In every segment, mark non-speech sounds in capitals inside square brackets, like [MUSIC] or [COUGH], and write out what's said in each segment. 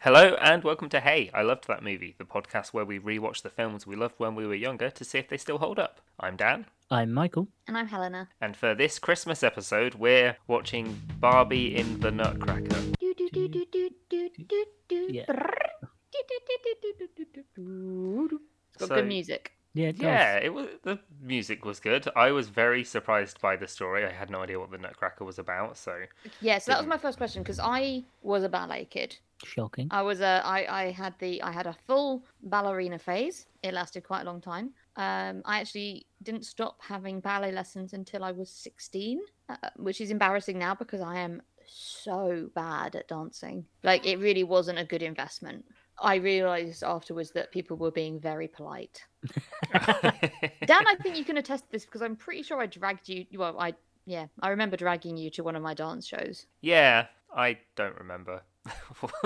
Hello and welcome to Hey, I Loved That Movie, the podcast where we rewatch the films we loved when we were younger to see if they still hold up. I'm Dan, I'm Michael. And I'm Helena. and for this Christmas episode, we're watching Barbie in the Nutcracker. Do do do do do do do do. Yeah. brrr, do, do, do, do, do, do, do, do, do. It's got So- good music. Yeah, it does. Yeah, it was. The music was good. I was very surprised by the story. I had no idea what the Nutcracker was about. So Yeah, so that was Didn't- my first question because I was a ballet kid. [LAUGHS] Shocking. I was a I I had the I had a full ballerina phase. It lasted quite a long time. Um, I actually didn't stop having ballet lessons until I was 16, uh, which is embarrassing now because I am so bad at dancing. Like it really wasn't a good investment. I realized afterwards that people were being very polite. Dan, I think you can attest to this because I'm pretty sure I dragged you. Well, I yeah, I remember dragging you to one of my [LAUGHS] dance shows. [LAUGHS] yeah, I don't remember. [LAUGHS]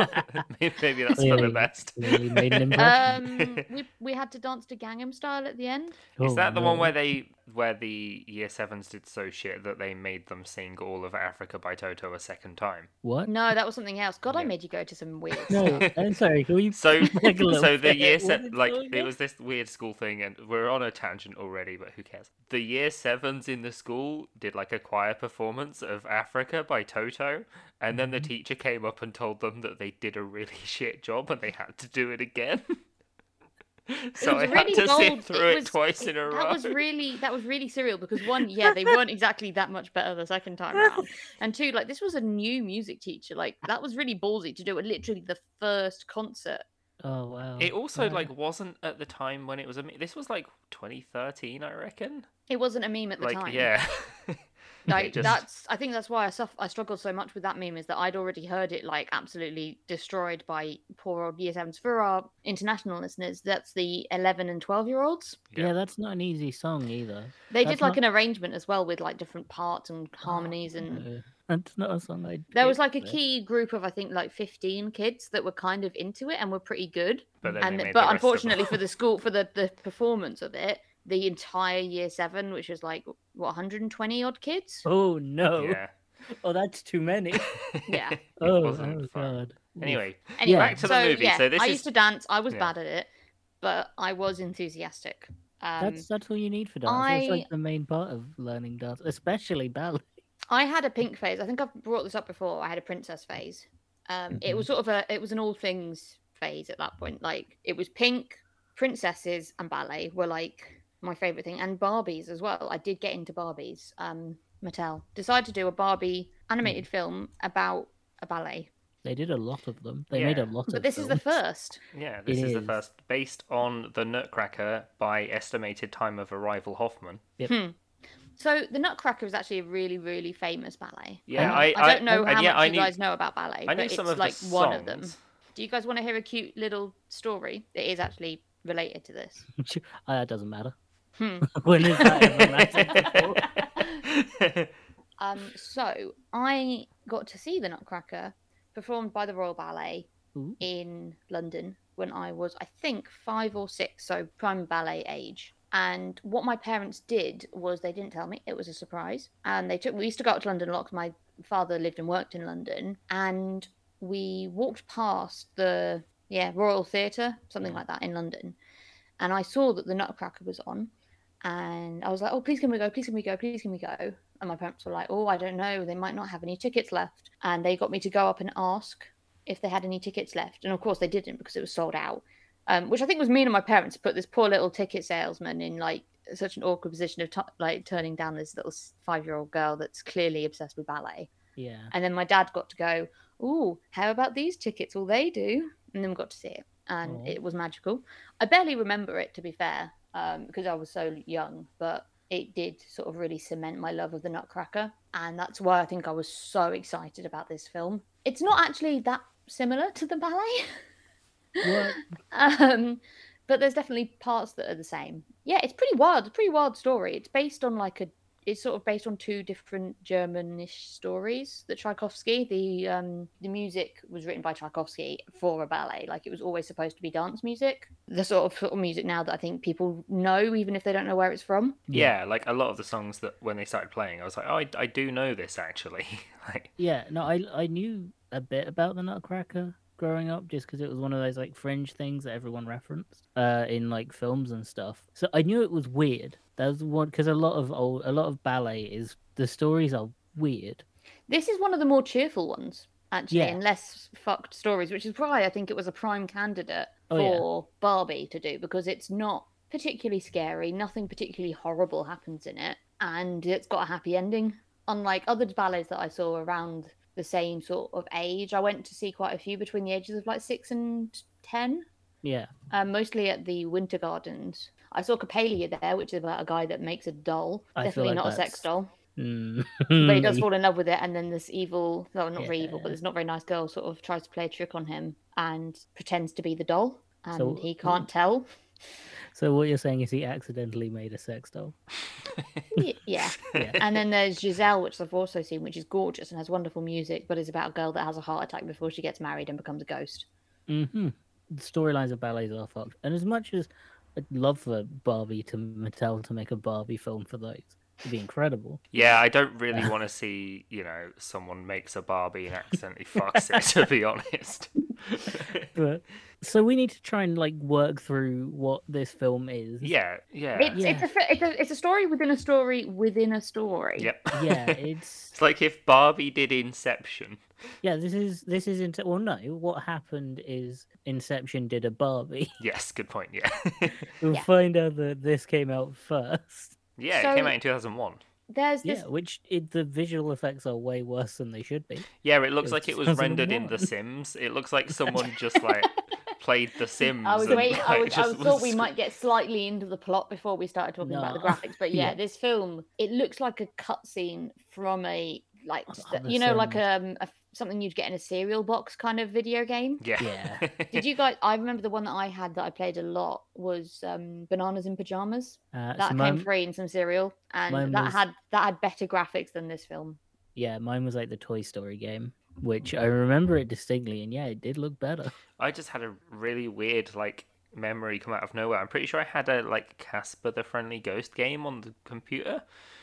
Maybe that's for the Clearly- best. clearly made an impression. Um, we we had to dance to Gangnam Style at the end. Is Oh, that the one no. where they where the year sevens did so shit that they made them sing all of Africa by Toto a second time? What? No, that was something else. God, I Yeah. made you go to some weird [LAUGHS] No, stuff. [LAUGHS] I'm sorry. Can we So back a little so the bit? year What se- is like going it on? was this weird school thing and we're on a tangent already, but who cares? The year sevens in the school did like a choir performance of Africa by Toto, and then the Mhm. teacher came up and told them that they did a really [LAUGHS] shit job and they had to do it again. [LAUGHS] so I was had really to sit bold. through it, was- twice in a it- row. That was really that was really surreal because one, yeah, [LAUGHS] they weren't exactly that much better the second time around, and two, like this was a new music teacher. Like that was really ballsy to do it. Literally the first concert. Oh wow. It also Wow. like wasn't at the time when it was a. me- This was like 2013, I reckon. It wasn't a meme at the like time. yeah, [LAUGHS] They [LAUGHS] like just- that's i think that's why i suff- i struggled so much with that meme is that i'd already heard it like absolutely destroyed by poor old year sevens for our international listeners that's the 11 and 12 year olds Yeah. that's not an easy song either. they That's did like not- an arrangement as well with like different parts Oh, and harmonies and No, that's not a song I. there was like a but- key group of i think like 15 kids that were kind of into it and were pretty good But then they and made the but rest of them- [LAUGHS] unfortunately for the school for the the performance of it the entire year seven which was like what 120 odd kids Oh [LAUGHS] no! yeah, [LAUGHS] Oh, that's too many. Yeah. [LAUGHS] It oh, wasn't oh, fun. god. Oof. Anyway, Anyway, Back to the movie. So this I is- used to dance. I was Yeah. bad at it, but I was enthusiastic. Um, that's that's all you need for dance. That's I- like the main part of learning dance, especially ballet. [LAUGHS] I had a pink phase. I think I've brought this up before. I had a princess phase. Um, It Mm-hmm. was sort of a it was an all things phase at that point. Like it was pink, princesses, and ballet were like my favorite thing, and Barbies as well. I did get into Barbies. Um, Mattel decided to do a Barbie Mm. animated film about a ballet, They did a lot of them. They made a lot of. but this is the films. first. yeah, this It is the is. first based on the Nutcracker by estimated time of arrival Hoffman. Hmm. So the Nutcracker is actually a really, really famous ballet. Yeah, know. I I don't know and how yeah, much I you knew, guys know about ballet, I but knew it's some of the like one of them. songs. Do you guys want to hear a cute little story that is actually related to [LAUGHS] this? Ah, that doesn't matter. [LAUGHS] Hmm. when is that ever [LAUGHS] mattered? Um, so I got to see the Nutcracker performed by the Royal Ballet Ooh. in London when I was, I think, five or six, so prime ballet age. And what my parents did was they didn't tell me; it was a surprise. And they took. We used to go up to London a lot 'cause my father lived and worked in London, and we walked past the yeah Royal Theatre, something like that, in London. And I saw that the Nutcracker was on, and I was like, "Oh, please can we go? Please can we go? Please can we go?" And my parents were like, "Oh, I don't know. They might not have any tickets left." And they got me to go up and ask if they had any tickets left. And of course, they didn't because it was sold out, um, which I think was mean of my parents to put this poor little ticket salesman in like such an awkward position of t- like turning down this little five year old girl that's clearly obsessed with ballet. [LAUGHS] Yeah. And then my dad got to go, Ooh, how about these tickets? Will they do? And then we got to see it. And Aw. it was magical. I barely remember it, to be fair, um, because I was so young, but it did sort of really cement my love of the Nutcracker. And that's why I think I was so excited about this film. It's not actually that similar to the ballet. What? um but there's definitely parts that are the same yeah it's pretty wild it's a pretty wild story it's based on like a it's sort of based on two different germanish stories that tchaikovsky the um the music was written by tchaikovsky for a ballet like it was always supposed to be dance music the sort of, sort of music now that i think people know even if they don't know where it's from yeah, like a lot of the songs that when they started playing, I was like, oh, I, I do know this actually. [LAUGHS] like, Yeah, no, I I knew a bit about the Nutcracker growing up just because it was one of those like fringe things that everyone referenced uh, in like films and stuff. So I knew it was weird. That was one because a lot of old, a lot of ballet is the stories are weird. This is one of the more cheerful ones, actually, Yeah. and less fucked stories, which is why I think it was a prime candidate Oh, yeah. for Barbie to do because it's not particularly scary, nothing particularly horrible happens in it, and it's got a happy ending. Unlike other ballets that I saw around the same sort of age, I went to see quite a few between the ages of like six and ten Yeah, um, mostly at the Winter Gardens. I saw Cappalia there, which is about a guy that makes a doll. I feel Definitely like not a that's- sex doll, Mm. but he does fall in love with it. And then this evil, well, not very evil, Yeah. but this not very nice girl sort of tries to play a trick on him and pretends to be the doll, and So- he [LAUGHS] can't tell. [LAUGHS] so what you're saying is he accidentally made a sex doll? Y- yeah. Yeah. And then there's Giselle, which I've also seen, which is gorgeous and has wonderful music, but is about a girl that has a heart attack before she gets married and becomes a ghost. Mm-hmm. The storylines of ballets are fucked. And as much as I'd love for Barbie to Mattel to make a Barbie film for those, it'd be incredible. Yeah, I don't really want to see, you know, someone makes a Barbie [LAUGHS] and accidentally fucks it, to be honest. But so we need to try and like work through what this film is. yeah, [LAUGHS] yeah. It's, it's, a, fi- it's, a, it's a story within a story within a story. Yep. Yeah, it's It's like if Barbie did Inception. yeah. This is this is into well, no. What happened is Inception did a Barbie. [LAUGHS] Yes, good point. Yeah. [LAUGHS] we'll Yeah. find out that this came out first. yeah, it came So- out in 2001. There's this Yeah, which it, the visual effects are way worse than they should be. Yeah, it looks was like it was rendered in The 2001. Sims. It looks like someone just [LAUGHS] like played The Sims. I was and, waiting. I, [LAUGHS] like, was, Mm, I just was- thought we was- might get slightly into the plot before we started talking about the No. graphics, [LAUGHS] but yeah, Yeah. this film it looks like a cutscene from a like just a- The you know like Sims. um a, something you'd get in a cereal box kind of video game. [LAUGHS] Yeah. [LAUGHS] Did you guys? I remember the one that I had that I played a lot was um, Bananas in Pajamas. Uh, That so came mine, free in some cereal, and mine that was- had that had better graphics than [LAUGHS] this film. yeah, mine was like the Toy Story game, which I Mm. remember it distinctly, and yeah, it did look better. I just had a really weird like memory come out of nowhere. I'm pretty sure I had a like Casper the Friendly Ghost game on the computer,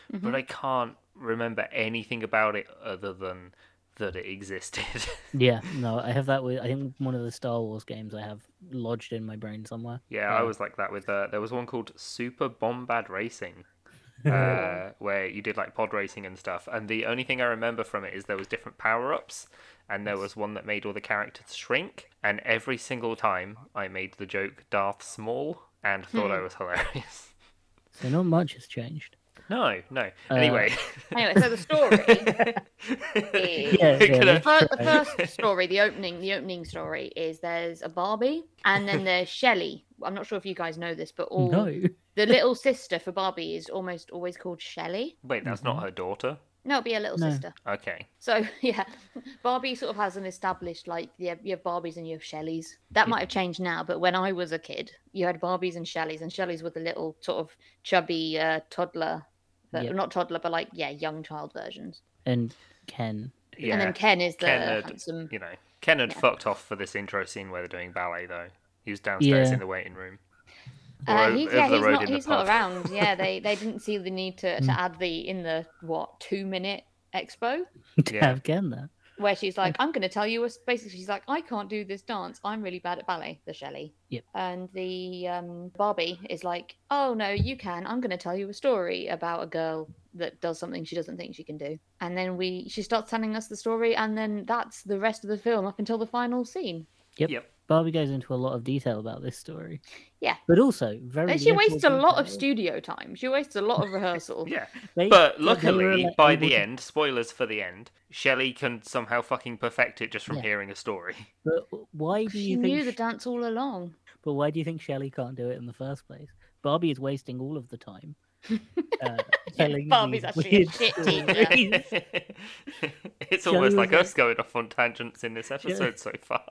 but I can't remember anything about it other than that it existed. [LAUGHS] Yeah, no, I have that with. I think one of the Star Wars games I have lodged in my brain somewhere. yeah, I Yeah. was like that with uh, there was one called Super Bombad [LAUGHS] Racing. Oh. uh, where you did like pod racing and stuff. And the only thing I remember from it is there was different power ups, and there was one that made all the characters shrink. And every single time, I made the joke Darth Small and thought Hmm. I was hilarious. [LAUGHS] So not much has changed. No, no. Uh, [LAUGHS] Anyway, Anyway, so the [LAUGHS] story. is- Yeah, Could yeah, I- that's first, the true. first story, the opening, the opening story is there's a Barbie and then there's Shelley. I'm not sure if you guys know this, but all No, the little sister for Barbie is almost always called Shelley. wait, that's Mm-hmm. not her daughter. No, it'd be a little No. sister. Okay. So [LAUGHS] yeah, Barbie sort of has an established like yeah, you have Barbies and you have Shelleys. That might have changed now, but when I was a kid, you had Barbies and Shelleys, and Shelleys were the little sort of chubby uh, toddler, but Yep. not toddler, but like yeah, young child versions. and Ken. [LAUGHS] Yeah. And then Ken is the Ken had- handsome. you know, Ken had Yeah. fucked off for this intro scene where they're doing ballet, though. He was downstairs Yeah. in the waiting room. Uh, Or he's, over yeah, the he's road not. in the He's not pub. around. Yeah, they they didn't see the need to, Mm. to add the in the what two minute expo to Yeah. have Ken there. where she's like, "I'm going to tell you." a s-" Basically, she's like, "I can't do this dance. I'm really bad at ballet." The Shelley. Yep. And the um, Barbie is like, "Oh no, you can. I'm going to tell you a story about a girl that does something she doesn't think she can do." And then we she starts telling us the story, and then that's the rest of the film up until the final scene. Yep. Yep. Barbie goes into a lot of detail about this story. Yeah. but also very. And she little wastes a lot of detail. studio time. She wastes a lot of rehearsal. Yeah. They- But they were, luckily, like, by able the to- end, spoilers for the end, Shelley can somehow fucking perfect it just from Yeah. hearing a story. [LAUGHS] But why do She you knew think? the sh- dance all [LAUGHS] along. But why do you think Shelley can't do it in the first place? Barbie is wasting all of the [LAUGHS] time. Uh, telling Barbie's these actually a weird [LAUGHS] shit teacher. stories. it's Shelley almost was like like- us going off on tangents in this episode so far.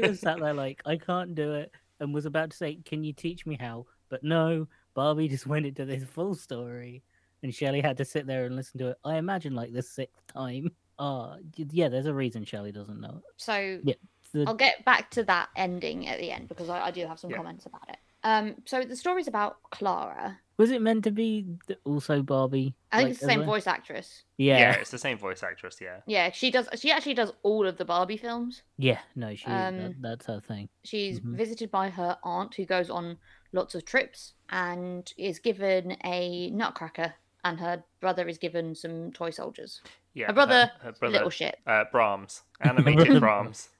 [LAUGHS] was sat there like, I can't do it, and was about to say, Can you teach me how? But no, Barbie [LAUGHS] just went into this full story, and Shelley had to sit there and listen to it. I imagine like the sixth time. Ah, y yeah, there's a reason Shelley doesn't know it. So The- I'll get back to that ending at the end because I, I do have some Yeah. comments about it. Um, so the story's about Clara, Was it meant to be th- also Barbie? I think like, it's the as same well? voice actress. Yeah. yeah. it's the same voice actress. Yeah, Yeah, she does. She actually does all of the Barbie films. No, she. Um, that, that's her thing. She's Mm-hmm. Mhm. visited by her aunt, who goes on lots of trips, and is given a nutcracker. And her brother is given some toy soldiers. yeah. Her brother, her, her brother, Little shit. [LAUGHS] uh, [LAUGHS] Brahms, animated Brahms.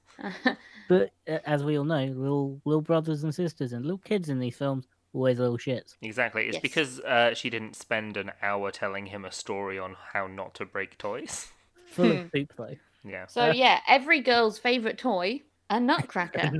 But uh, as we all know, little little brothers and sisters and little kids in these films always little shits. Exactly. It's Yes. because uh, she didn't spend an hour telling him a story on how not to break toys. Full Hmm. of poop though. [LAUGHS] Yeah. so yeah, every girl's favorite toy, [LAUGHS] a nutcracker.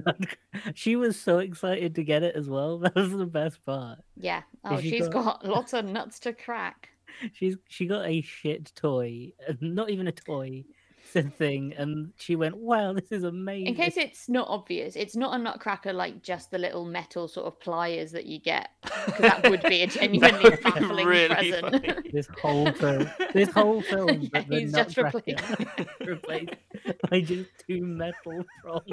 she was so excited to get it as well. [LAUGHS] That was the best part. yeah. Oh, she she's got- got [LAUGHS] lots of nuts to crack. She's she got a shit toy, [LAUGHS] uh, not even a toy, it's a thing, and she went, "Wow, this is amazing." In case it's not obvious, it's not a nutcracker like just the little metal sort of pliers that you get. 'cause that would [LAUGHS] [LAUGHS] be a genuinely would be baffling present. [LAUGHS] funny. this whole film, this whole film, Yeah, but the he's just nutcracker replaced- [LAUGHS] replaced by just two metal [LAUGHS] prongs.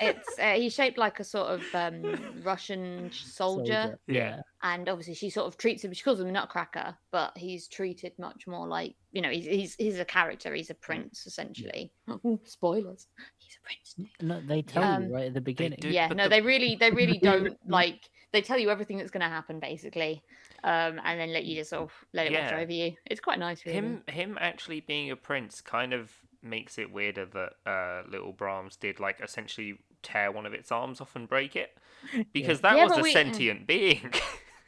It's uh, he's shaped like a sort of um, Russian sh- soldier, Yeah. Yeah. and obviously she sort of treats him. She calls him a nutcracker, but he's treated much more like you know he's he's, he's a character. He's a prince essentially. Ooh, [LAUGHS] spoilers. He's a prince. Nick. No, they tell Um, you right at the beginning. do. Dude, yeah but no the- they really [LAUGHS] they really don't like they tell you everything that's going to happen basically um and then let you just sort of let it wash Yeah. over you it's quite nice really. Him him actually being a prince kind of makes it weirder that uh, little Brahms did like essentially tear one of its arms off and break it because that Yeah, was but a we- mm. sentient being.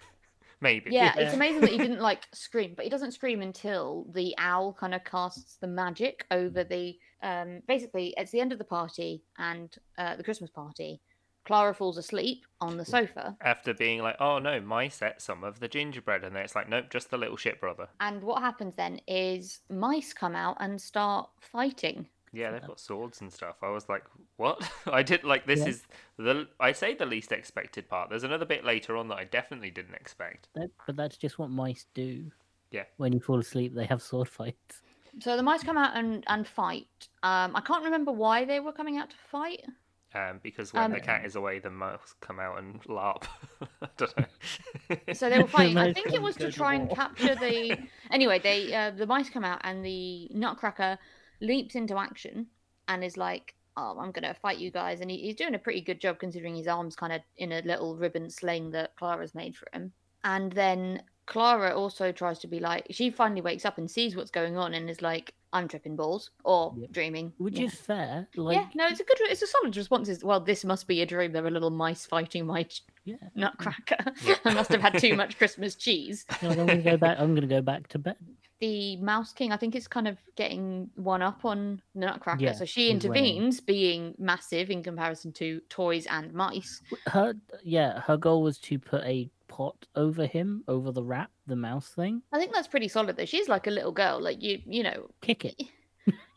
[LAUGHS] Maybe. yeah Yeah. it's amazing that [LAUGHS] he didn't like scream but he doesn't scream until the owl kind of casts the magic over the um basically it's the end of the party and uh the christmas party clara falls asleep on the sofa After being like, oh no, my set some of the gingerbread, and then it's like, nope, just the little shit brother. and what happens then is mice come out and start fighting Yeah, they've Yeah. got swords and stuff. I was like, what? [LAUGHS] I did like this Yeah. is the I say the least expected part. There's another bit later on that I definitely didn't expect. That, but that's just what mice do. Yeah. When you fall asleep, they have sword fights. so the mice come out and, and fight um i can't remember why they were coming out to fight Um, because when the Um, cat is away, the mouse come out and larp. [LAUGHS] I don't know. [LAUGHS] So they were fighting. I Most think it guns was go to to try and war. capture the. Anyway, they uh, the mice come out and the Nutcracker leaps into action and is like, "Oh, I'm gonna fight you guys!" And he, he's doing a pretty good job considering his arms kind of in a little ribbon sling that Clara's made for him. And then Clara also tries to be like, she finally wakes up and sees what's going on and is like, "I'm tripping balls or Yep. dreaming," Which you know. is fair. Like yeah, no, it's a good, it's a solid response. Is well, this must be a dream. There are little mice fighting my ch- Yeah. nutcracker. [LAUGHS] Yeah. I must have had too [LAUGHS] much Christmas cheese. "Oh, I'm gonna go back I'm gonna go back to bed. The Mouse King, I think, is kind of getting one up on the Nutcracker. Yeah, so she she's winning. intervenes, being massive in comparison to toys and mice. Her yeah, her goal was to put a pot over him, over the rat, the mouse thing. I think that's pretty solid, though. She's like a little girl, like you, you know. Kick [LAUGHS] it.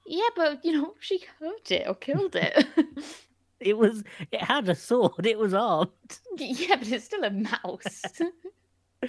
Yeah, but you know, she hurt it or killed it. [LAUGHS] It was it had a sword, it was armed. [LAUGHS] yeah, but it's still [LAUGHS] a mouse. [LAUGHS]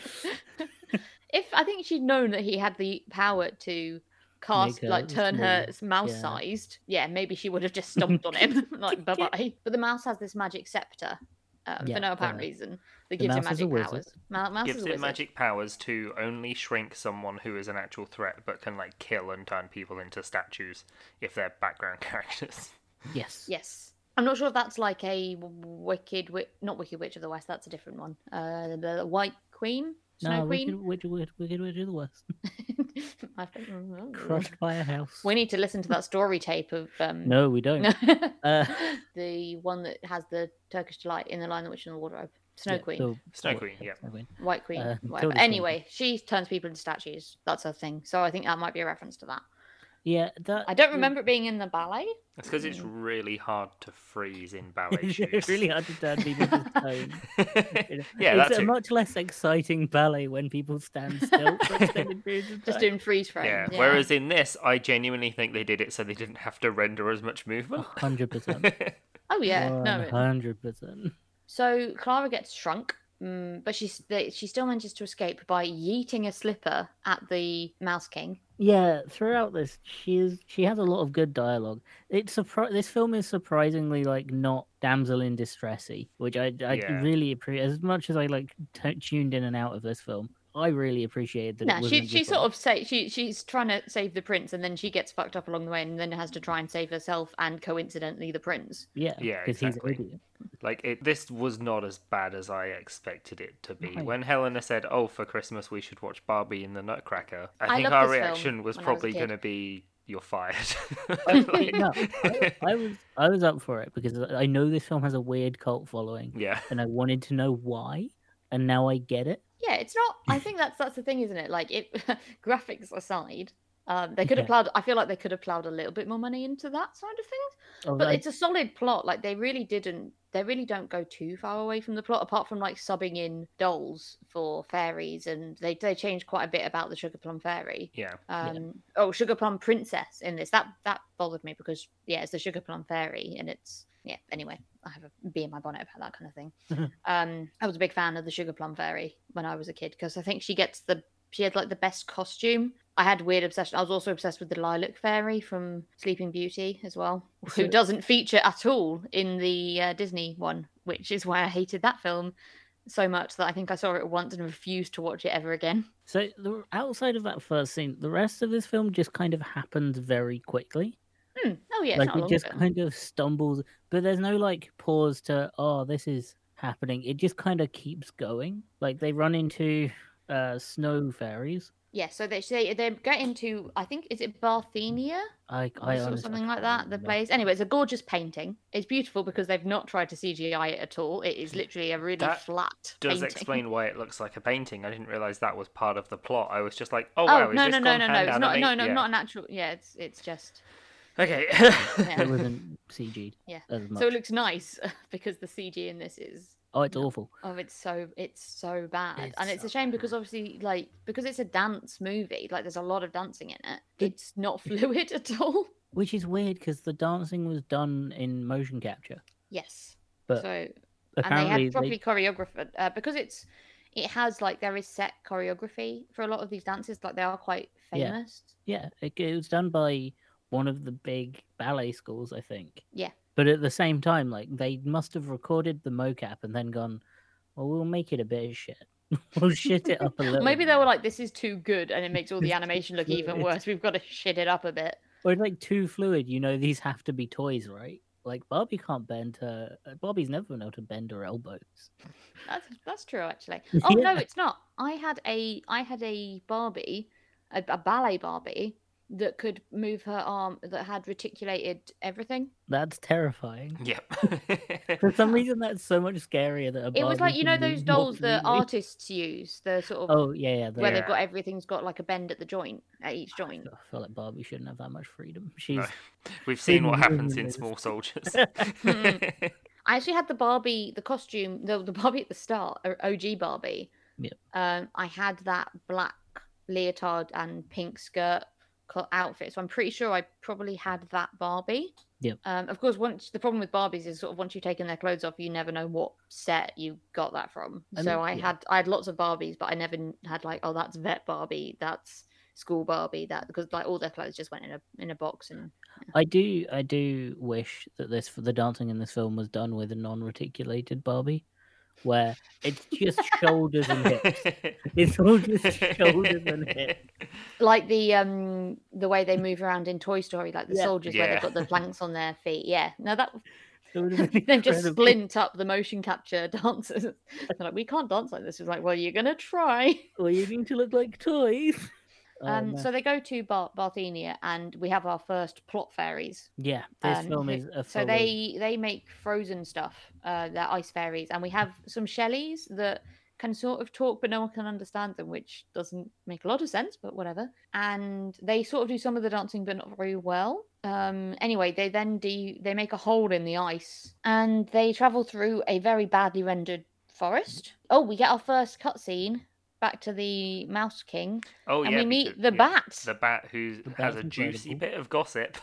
if I think she'd known that he had the power to cast her like turn her mouse yeah. sized, yeah, maybe she would [LAUGHS] have just stomped on him [LAUGHS] like bye bye. But the mouse has this magic scepter um, Yeah, for no fair apparent enough. reason. That The gives him mouse is a magic wizard. powers. Ma- [LAUGHS] mouse Gives is a it wizard. magic powers to only shrink someone who is an actual threat, but can like kill and turn people into statues if they're background [LAUGHS] characters. Yes. Yes. I'm not sure if that's like a w- Wicked, wi- not Wicked Witch of the West. That's a different one. Uh, the White Queen, Snow No, Queen. Wicked, wicked, wicked, wicked, wicked, the worst. [LAUGHS] I don't know. Crushed by a house. We need to listen to that story tape of um, No, we [LAUGHS] don't. Uh, the one that has the Turkish delight in the Lion, the Witch, and the Wardrobe. Snow yeah, Queen, the- Snow the- Queen, yeah. Snow Queen. White Queen. uh, whatever. Matilda's one. Anyway, she turns people into statues. That's her thing. So I think that might be a reference to that. Yeah, that I don't yeah. remember it being in the ballet. That's because it's really hard to freeze in [LAUGHS] [LAUGHS] ballet shoes. it's really hard to turn people [LAUGHS] to stone. yeah, it's that's a it. much less exciting ballet when people stand still for [LAUGHS] extended periods of Just time. doing freeze frame. Yeah. Whereas in this, I genuinely think they did it so they didn't have to render as much movement. [LAUGHS] hundred percent. oh [LAUGHS] yeah, no. it- hundred percent. So Clara gets shrunk, mm, but she she still manages to escape by yeeting a slipper at the Mouse King. yeah, throughout this, she is she has a lot of good dialogue. It's surpri- this film is surprisingly like not damsel in distressy, which I, I Yeah. really appreciate. As much as I like t- tuned in and out of this film, I really appreciated that. No, it she wasn't she just, sort like- of say she she's trying to save the prince, and then she gets fucked up along the way, and then has to try and save herself and coincidentally the prince. yeah Yeah, because exactly. he's an idiot. Like it, this was not as bad as I expected it to be. Right. When Helena said, "Oh, for Christmas we should watch Barbie and the Nutcracker," I, I think loved our this film reaction was when I was a probably kid. going to be, "You're [LAUGHS] fired." [LAUGHS] Like- No, I, I was I was up for it because I know this film has a weird cult following, yeah, and I wanted to know why, and now I get it. Yeah, it's not. I think that's that's the thing, isn't it? Like, it [LAUGHS] graphics aside, um, they could have Yeah. plowed. I feel like they could have plowed a little bit more money into that side of things. But Although- it's a solid plot. Like they really didn't. They really don't go too far away from the plot, apart from like subbing in dolls for fairies, and they they change quite a bit about the sugar plum fairy. yeah. Um, Oh, sugar plum princess in this. That that bothered me because yeah, it's the sugar plum fairy, and it's yeah. Anyway, I have a bee in my bonnet about that kind [LAUGHS] of thing. um, I was a big fan of the sugar plum fairy when I was a kid because I think she gets the she had like the best costume. I had weird obsession. I was also obsessed with the lilac fairy from Sleeping Beauty as well, So- who doesn't feature at all in the uh, Disney one, which is why I hated that film so much that I think I saw it once and refused to watch it ever again. So the, outside of that first scene, the rest of this film just kind of happens very quickly. Hmm. Oh yeah, it's like not a it long just film. kind of stumbles, but there's no like pause to oh this is happening. It just kind of keeps going. Like they run into uh snow fairies. Yeah, so they say they get into I think is it Barthenia I, or I so- honestly something can't like that. The remember. place. Anyway, it's a gorgeous painting. It's beautiful because they've not tried to CGI it at all. It is literally a really That flat Does painting. explain why it looks like a painting. I didn't realize that was part of the plot. I was just like, "Oh, Oh wow, is no, this no no gone no no! hand It's not no animate?" no Yeah. not an actual. Yeah, it's it's just Okay. Yeah. [LAUGHS] It wasn't CG'd. Yeah. As much. so it looks nice [LAUGHS] because the CG in this is oh, it's awful. Oh, it's so it's so bad, and It's it's a so shame because obviously, like, because it's a dance movie, like, there's a lot of dancing in it. The- It's not [LAUGHS] fluid at all. Which is weird because the dancing was done in motion capture, Yes. But so and they apparently had properly choreographed uh, because it's it has like there is set choreography for a lot of these dances. Like they are quite Yeah. famous. Yeah, it, it was done by one of the big ballet schools, I think. Yeah. But at the same time, like they must have recorded the mocap and then gone, "Well, we'll make it a bit of shit. [LAUGHS] we'll shit it up a little." Maybe they bit." were like, "This is too good," and it makes all It's [LAUGHS] the too animation look even fluid. worse. We've got to shit it up a bit. or it's, like too fluid. You know, these have to be toys, right? Like Barbie can't bend her. uh, Barbie's never been able to bend her elbows. That's that's true actually. Oh [LAUGHS] no, Yeah. it's not. I had a I had a Barbie, a, a ballet Barbie that could move her arm that had reticulated everything. That's terrifying. [LAUGHS] Yep. [LAUGHS] For some reason, that's so much scarier that a It Barbie was like you know can those move dolls that normally. artists use, the sort of Oh yeah, yeah. Ah, the- where Yeah. they've got everything's got like a bend at the joint at each I joint. feel- I feel like Barbie shouldn't have that much freedom. She's We've seen what happens in Goodness. [LAUGHS] Small Soldiers. [LAUGHS] I actually had the Barbie, the costume, the, the Barbie at the start, or OG Barbie. Yep. Um, I had that black leotard and pink skirt co- outfit, so I'm pretty sure I probably had that Barbie. Yep. Um, of course, once the problem with Barbies is sort of once you've taken their clothes off, you never know what set you got that from. I so mean, I yeah. had I had lots of Barbies, but I never kn- had like, oh, that's vet Barbie, that's school Barbie, that because like all their clothes just went in a in a box and I do, I do wish that this the dancing in this film was done with a non-reticulated Barbie, where it's just shoulders and [LAUGHS] hips. It's all just shoulders and hips. like the um the way they move around in Toy Story, like the Yeah. soldiers where Yeah. they've got the planks on their feet. Yeah, no, [LAUGHS] that It would [LAUGHS] have been they've just incredible. splint up the motion capture [LAUGHS] dancers. They're like, we can't dance like this. It's like, well, you're gonna try. Well, you need to look like toys. Oh, [LAUGHS] um, no. so they go to Bar- Barthenia, and we have our first plot fairies. yeah, this um, film who- is a So full they they make frozen stuff. Uh, they're ice fairies, and we have some Shelleys that can sort of talk, but no one can understand them, which doesn't make a lot of sense, but whatever. And they sort of do some of the dancing, but not very well. Um, anyway, they then do they make a hole in the ice, and they travel through a very badly rendered forest. Oh, we get our first cutscene. Back to the Mouse King, Oh and yeah. we meet because- the yeah, bat. The bat who The has bat's a juicy incredible. bit of [LAUGHS] gossip.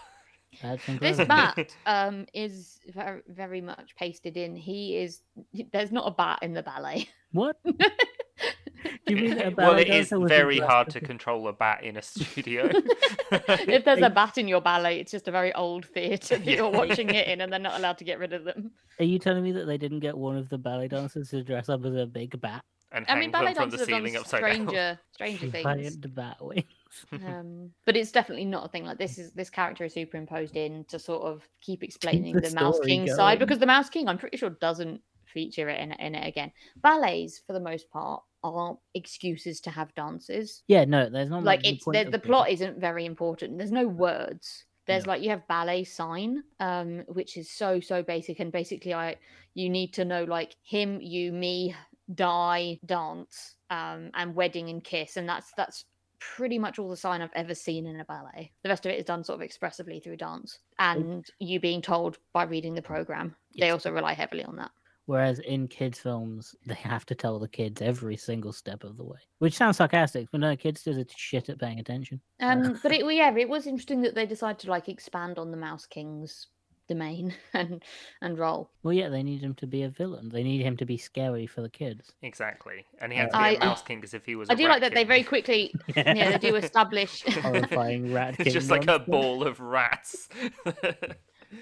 That's this incredible. bat um is very, very much pasted in he is there's not a bat in the ballet What? Do [LAUGHS] you mean that [LAUGHS] a well, ballet it is dancer was very impressed hard with to the- control a bat in a [LAUGHS] studio. [LAUGHS] if [LAUGHS] there's a bat in your ballet, it's just a very old theatre that you're Yeah. watching it in, and they're not allowed to get rid of them. Are you telling me that they didn't get one of the ballet dancers to dress up as a big bat? and I mean, hang ballet them from the dancers have ceiling done upside down. stranger, [LAUGHS] stranger things. Giant bat wing. [LAUGHS] um, but it's definitely not a thing like this. Is this character is superimposed in to sort of keep explaining the the, Mouse story King going. side because the Mouse King, I'm pretty sure, doesn't feature it in, in it again. Ballets, for the most part, are excuses to have dances. Yeah, no, there's not like much of a it's point the, of the it. plot isn't very important there's no words there's No. like you have ballet sign um which is so so basic and basically i you need to know like him you me die dance um and wedding and kiss and that's that's pretty much all the sign i've ever seen in a ballet the rest of it is done sort of expressively through dance and you being told by reading the program they Oh. Yes. also rely heavily on that Whereas in kids' films, they have to tell the kids every single step of the way, which sounds sarcastic, but no, kids do the shit at paying attention. Uh, Um, but it well, yeah, it was interesting that they decided to like expand on the Mouse King's domain [LAUGHS] and and role. Well, yeah, they need him to be a villain. They need him to be scary for the kids. [LAUGHS] Exactly, and he had to I- be a I- mouse king because if he was, a I do rat like that they king- very quickly yeah they do [LAUGHS] establish [LAUGHS] Horrifying [LAUGHS] rat It's [LAUGHS] just king like a monster. ball of rats. [LAUGHS]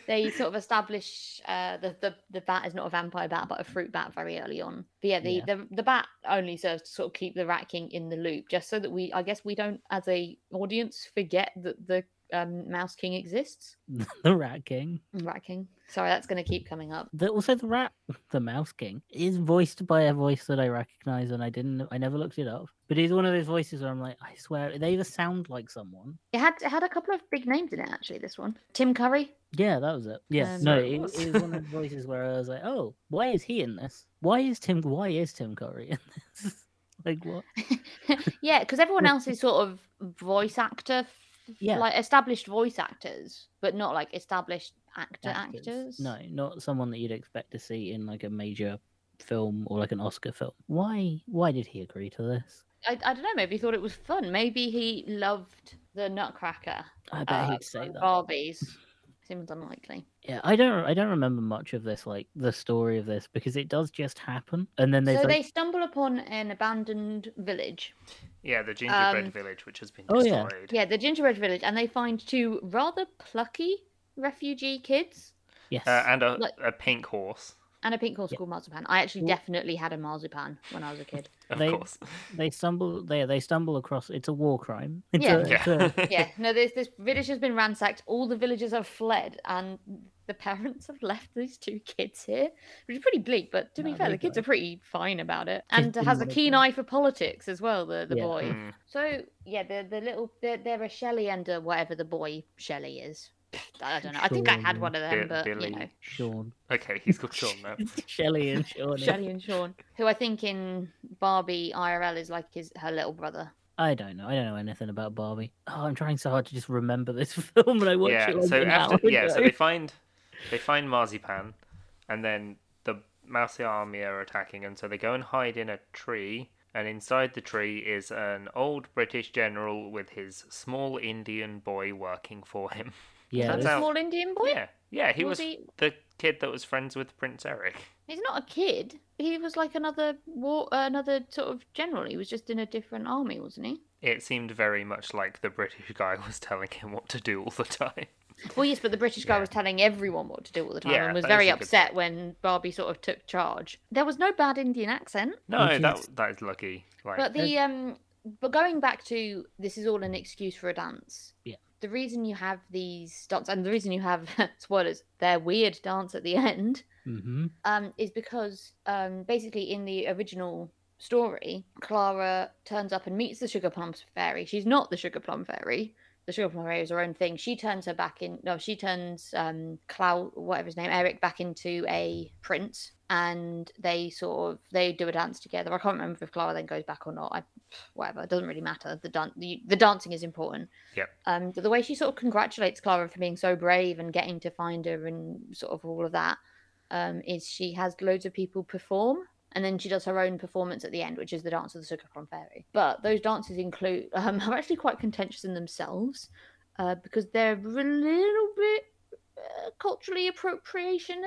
they sort of establish uh, the the the bat is not a vampire bat but a fruit bat very early on. But yeah, the Yeah. the, the bat only serves to sort of keep the Rat King in the loop, just so that we I guess we don't as a audience forget that the um, Mouse King exists. the rat king. Rat King. Sorry, that's going to keep coming up. The, also, the rat, [LAUGHS] the mouse king, is voiced by a voice that I recognize, and I didn't, I never looked it up. But he's one of those voices where I'm like, I swear, they either sound like someone. It had it had a couple of big names in it actually. This one, Tim Curry. [LAUGHS] Yeah, that was it. Yeah, Um, no, Sorry, it, what? it was one of [LAUGHS] the voices where I was like, oh, why is he in this? Why is Tim? Why is Tim Curry in this? [LAUGHS] like what? yeah, because everyone else is sort of voice actor, f- Yeah. like established voice actors, but not like established actor actors. No, not someone that you'd expect to see in like a major film or like an Oscar film. Why? Why did he agree to this? I, I don't know. Maybe he thought it was fun. Maybe he loved the Nutcracker. I bet uh, he'd say from that. Barbies seems unlikely. Yeah, I don't. I don't remember much of this, like the story of this, because it does just happen, and then So there's they like, stumble upon an abandoned village. yeah, the gingerbread Um, village, which has been oh, yeah. destroyed. Yeah, the gingerbread village, and they find two rather plucky refugee kids yes, Uh, and a, Like- a pink horse, and a pink horse Yeah. called marzipan. I actually Well- definitely had a marzipan when I was a kid. of they- course. they stumble. They they stumble across. It's a war crime. [LAUGHS] It's Yeah. a- it's a- Yeah. [LAUGHS] yeah, no, this this village has been ransacked. All the villagers have fled, and the parents have [LAUGHS] left these two kids here, which is pretty bleak. But to be No, fair, the they've kids got are pretty fine about it, Kids and do has a what they keen can. eye for politics as well. The the Yeah. boy. Mm. So yeah, the the little they're, they're a Shelley and a whatever the boy Shelley is. I don't know. I think I had Surely. one of Bi- them, but Billy. you know, Sean, Okay, he's called Sean [LAUGHS] now. Shelley, and Sean. Shelley and Sean, who I think in Barbie IRL is like his her little brother. I don't know. I don't know anything about Barbie. Oh, I'm trying so hard to just remember this [LAUGHS] film, and I watched yeah, it like so an after, hour yeah, so [LAUGHS] ago. they find they find Marzipan, and then the mousy army are attacking, and so they go and hide in a tree. And inside the tree is an old British general with his small Indian boy working for him. yeah, That's this- how- Small Indian boy. Yeah, yeah, he was Was he- the kid that was friends with Prince Eric. He's not a kid. He was like another war, uh, another sort of general. He was just in a different army, wasn't he? It seemed very much like the British guy was telling him what to do all the time. [LAUGHS] Well, yes, but the British guy Yeah. was telling everyone what to do all the time Yeah, and was that is very a good upset when Barbie sort of took charge. There was no bad Indian accent, No, Which that is- that is lucky. Like, but the um, but going back to this is all an excuse for a dance. Yeah. The reason you have these dance and the reason you have [LAUGHS] spoilers, their weird dance at the end Mhm. um, is because um, basically in the original story, Clara turns up and meets the Sugar Plum Fairy. She's not the Sugar Plum Fairy. The Sugar Plum Fairy is her own thing. She turns her back in. No, she turns um, Clow, whatever his name, Eric, back into a prince, and they sort of they do a dance together. I can't remember if Clara then goes back or not. I, whatever, it doesn't really matter. The dan- the, the dancing is important. Yep. Um, but the way she sort of congratulates Clara for being so brave and getting to find her and sort of all of that um, is she has loads of people perform and then she does her own performance at the end, which is the dance of the Sugarplum Fairy. But those dances include [LAUGHS] um, are actually quite contentious in themselves uh, because they're a little bit uh, culturally appropriation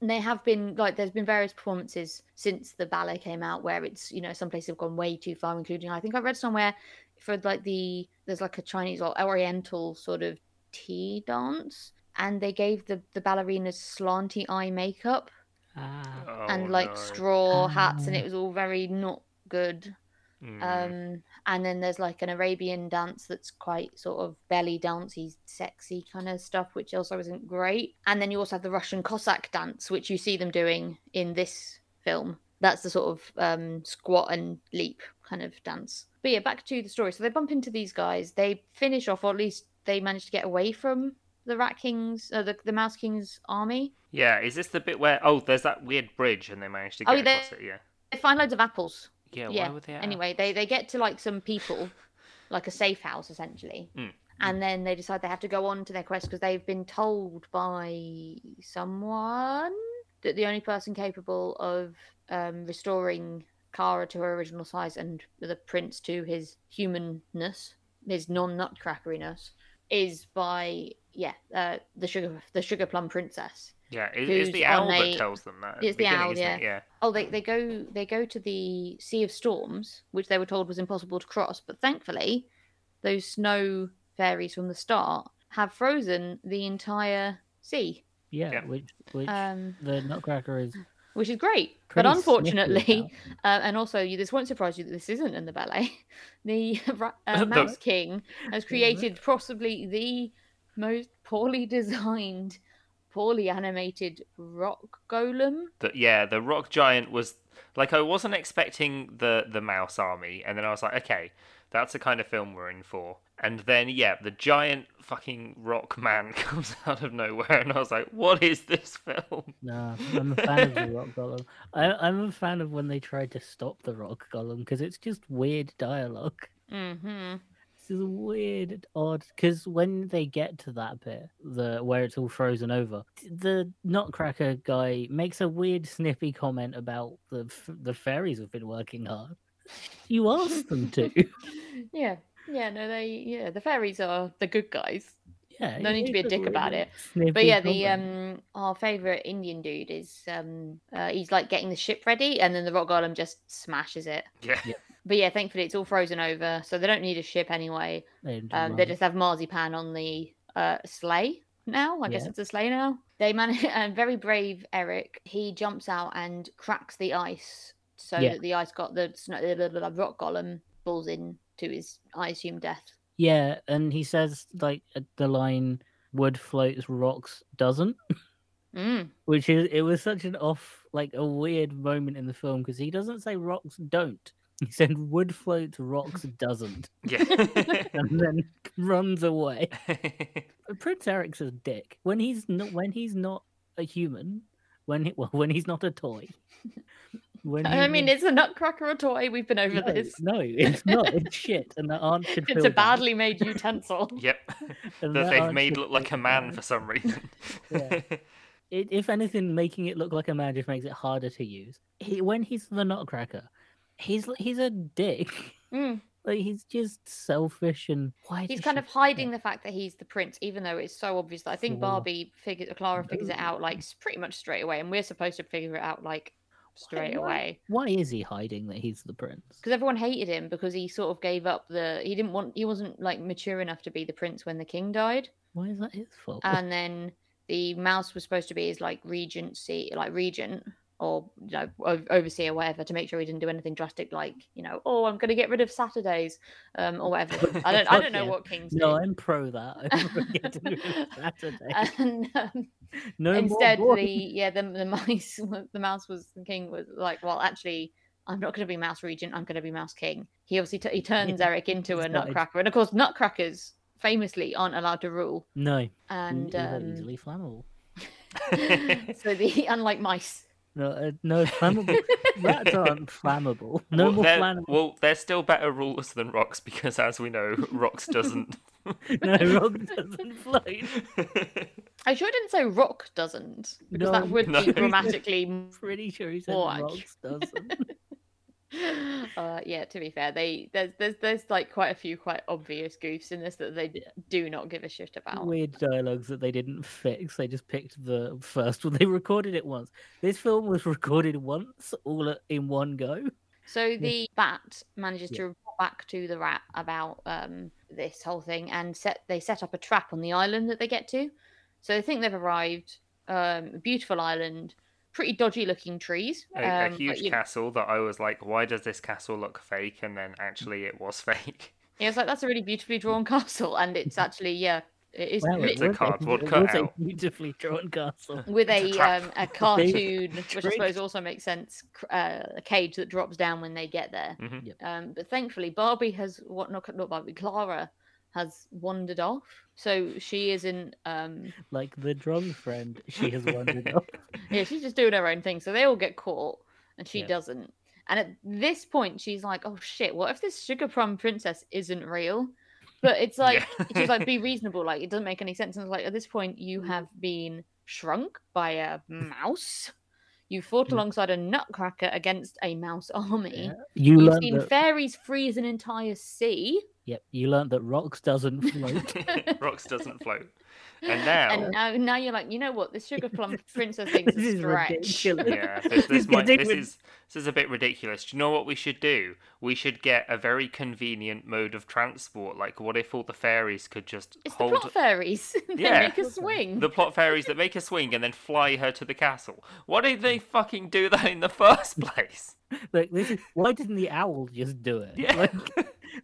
And they have been like there's been various performances since the ballet came out where it's you know some places have gone way too far, including I think I read somewhere for like the there's like a Chinese or Oriental sort of tea dance, and they gave the the ballerinas slanty eye makeup Ah. Oh, and like no. straw hats, and Ah. it was all very not good. Mm. Um, and then there's like an Arabian dance that's quite sort of belly dancey, sexy kind of stuff, which also isn't great. And then you also have the Russian Cossack dance, which you see them doing in this film. That's the sort of um, squat and leap kind of dance. But yeah, back to the story. So they bump into these guys. They finish off, or at least they manage to get away from the Rat King's, uh, the, the Mouse King's army. yeah, is this the bit where oh, there's that weird bridge and they managed to Oh, get they- across it? Yeah. They find loads of apples. Yeah. yeah, Why would they? have- anyway they they get to like some people like a safe house essentially Mm. and then they decide they have to go on to their quest because they've been told by someone that the only person capable of um, restoring Kara to her original size and the prince to his humanness, his non-nutcrackeriness, is by yeah uh, the sugar the sugar plum princess. Yeah. It, it's who's the owl on a- that tells them that. At it's the, the beginning, owl, Isn't It? yeah. Oh, they, they go they go to the Sea of Storms, which they were told was impossible to cross, but thankfully, those snow fairies from the start have frozen the entire sea, Yeah, Yeah. which which um, the Nutcracker is. which is great. pretty but sniffy unfortunately, about. [LAUGHS] uh, and also you, this won't surprise you that this isn't in the ballet. [LAUGHS] The [LAUGHS] Ra- uh, The- Mouse King has created possibly the most poorly [LAUGHS] designed, poorly animated rock golem. The, yeah. The rock giant was like I wasn't expecting the the mouse army, and then I was like, okay, that's the kind of film we're in for. And then yeah, the giant fucking rock [LAUGHS] man comes out of nowhere, and I was like, what is this film? [LAUGHS] Nah, I'm a fan of the Rock Golem. I, I'm a fan of when they tried to stop the Rock Golem because it's just weird dialogue. Mm-hmm. hmm This is weird, odd. Because when they get to that bit, the where it's all frozen over, t- the Nutcracker guy makes a weird, snippy comment about the f- the fairies have been working hard. You asked them [LAUGHS] to. yeah yeah no they yeah the fairies are the good guys yeah. No it need to be is a dick about weird, it. but snippy yeah the comment. um our favorite indian dude is um uh, he's like getting the ship ready and then the rock golem just smashes it Yeah. Yeah. but yeah thankfully it's all frozen over so they don't need a ship anyway They just um they run. just have marzipan on the uh sleigh now i guess Yeah. it's a sleigh now they manage [LAUGHS] and very brave eric he jumps out and cracks the ice so Yeah. that the ice got the snow the, the, the rock golem falls in to his i assume death Yeah, and he says like uh, the line "wood floats, rocks doesn't," mm. which is it was such an off, like a weird moment in the film because he doesn't say rocks don't. He said wood floats, [LAUGHS] rocks doesn't, Yeah. [LAUGHS] and then [LAUGHS] runs away. Prince Eric's a dick when he's not when he's not a human. When he, [LAUGHS] well, when he's not a toy. [LAUGHS] When I he mean, is- it's a nutcracker a toy. We've been over no, this. no, it's not. It's shit, and the aunt should [LAUGHS] It's feel a bad, [LAUGHS] badly made utensil. yep. [LAUGHS] and That the they've aunt made should look like a feel man bad. for some [LAUGHS] reason. Yeah. it, if anything, making it look like a man just makes it harder to use. He, when he's the Nutcracker, he's l- he's a dick. [LAUGHS] Mm. Like he's just selfish and why? He's does kind she of hiding the fact that he's the prince, even though it's so obvious that I think Sure. Barbie figures, Clara figures it No. out like s- pretty much straight away, and we're supposed to figure it out like straight not? away. Why is he hiding that he's the prince? Because everyone hated him because he sort of gave up the. He didn't want. He wasn't like mature enough to be the prince when the king died, Why is that his fault? and then the mouse was supposed to be his like regency, like regent. Or you know, o- overseer, whatever, to make sure he didn't do anything drastic, like you know, oh, I'm going to get rid of Saturdays, um, or whatever. [LAUGHS] I don't, I Fuck don't know yeah. what kings do. [LAUGHS] no, I'm pro that. [LAUGHS] I'm pro getting rid [LAUGHS] of Saturday. and um, No more instead boy. the yeah the, the mice wa- the mouse was the king was like well actually i'm not going to be mouse regent i'm going to be mouse king he obviously t- he turns Yeah, eric into he's a got it. nutcracker and of course nutcrackers famously aren't allowed to rule no, he's- and he's um, easily flammable. [LAUGHS] so the unlike mice No, uh, [LAUGHS] no flammable. Rats aren't flammable. No well, more they're, flammable. well, they're still better rulers than rocks because, as we know, [LAUGHS] rocks doesn't. [LAUGHS] No, [LAUGHS] Rob doesn't float. i sure didn't say rock doesn't because that [LAUGHS] No. would No. be grammatically pretty sure he said Like. rocks doesn't. [LAUGHS] uh, yeah, to be fair, they there's there's there's like quite a few quite obvious goofs in this that they do not give a shit about. Weird dialogues that they didn't fix. They just picked the first one. [LAUGHS] They recorded it once. This film was recorded once, all at- in one go. So the bat manages Yeah. to report back to the rat about um, this whole thing, and set they set up a trap on the island that they get to. So they think they've arrived. Um, a beautiful island, pretty dodgy looking trees. A, a um, but, huge you know, castle that I was like, why does this castle look fake? And then actually, it was fake. yeah, it's like that's a really beautifully drawn [LAUGHS] castle, [LAUGHS] and it's actually yeah, it is Wow, it It's a was cardboard it was a cutout. beautifully drawn [LAUGHS] castle. with [LAUGHS] It's a a trap. um, a cartoon, which I trick. suppose also makes sense, cr- uh, a cage that drops down when they get there. Mhm. Yep. Um, but thankfully, Barbie has what not, not Barbie Clara has wandered off, so she is in. Um, Like the drum friend, she has [LAUGHS] wandered off. yeah, she's just doing her own thing. So they all get caught, and she Yeah. doesn't. And at this point, she's like, "Oh shit! What if this sugar plum princess isn't real?" But it's like [LAUGHS] Yeah. she's like, "Be reasonable." Like it doesn't make any sense. And it's like at this point, you have been shrunk by a mouse. You fought Mm. alongside a nutcracker against a mouse [LAUGHS] army. Yeah. You You've learned seen that. fairies freeze an entire sea. Yep, you learned that rocks [LAUGHS] doesn't float. [LAUGHS] Rocks doesn't float. And now- and now, now you're like, you know what? This sugar plum princess [LAUGHS] thing's this a is stretch. ridiculous. Yeah, this, this, It's might, this ridiculous. is this is a bit ridiculous. Do you know what we should do? We should get a very convenient mode of transport. Like, what if all the fairies could just It's the hold plot fairies. [LAUGHS] they Yeah. make a swing. the plot fairies that make a swing and then fly her to the castle? Why did they fucking do that in the first [LAUGHS] place? [LAUGHS] Like this is, why didn't the owl just do it? Yeah. [LAUGHS] Like,